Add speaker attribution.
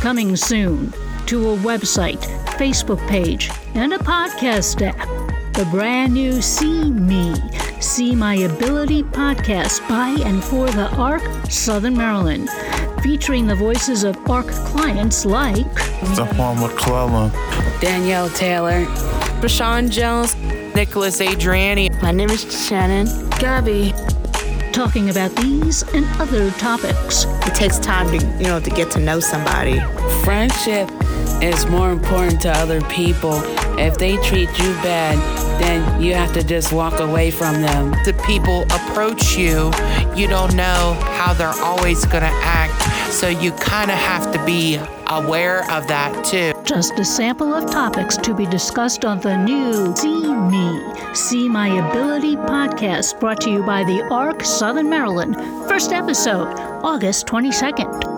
Speaker 1: coming soon to a website, Facebook page, and a podcast app. The brand new See Me, See My Ability podcast by and for the ARC Southern Maryland, featuring the voices of ARC clients like
Speaker 2: Stephon McClellan.
Speaker 3: Danielle Taylor,
Speaker 4: Rashawn Jones, Nicholas Adriani.
Speaker 5: My name is Shannon.
Speaker 6: Gabby.
Speaker 1: Talking about these and other topics.
Speaker 7: It takes time to, you know, to get to know somebody.
Speaker 3: Friendship is more important to other people. If they treat you bad, then you have to just walk away from them.
Speaker 4: The people approach you, you don't know how they're always going to act. So you kind of have to be aware of that too.
Speaker 1: Just a sample of topics to be discussed on the new See Me, See My Ability podcast brought to you by the ARC Southern Maryland. First episode, August 22nd.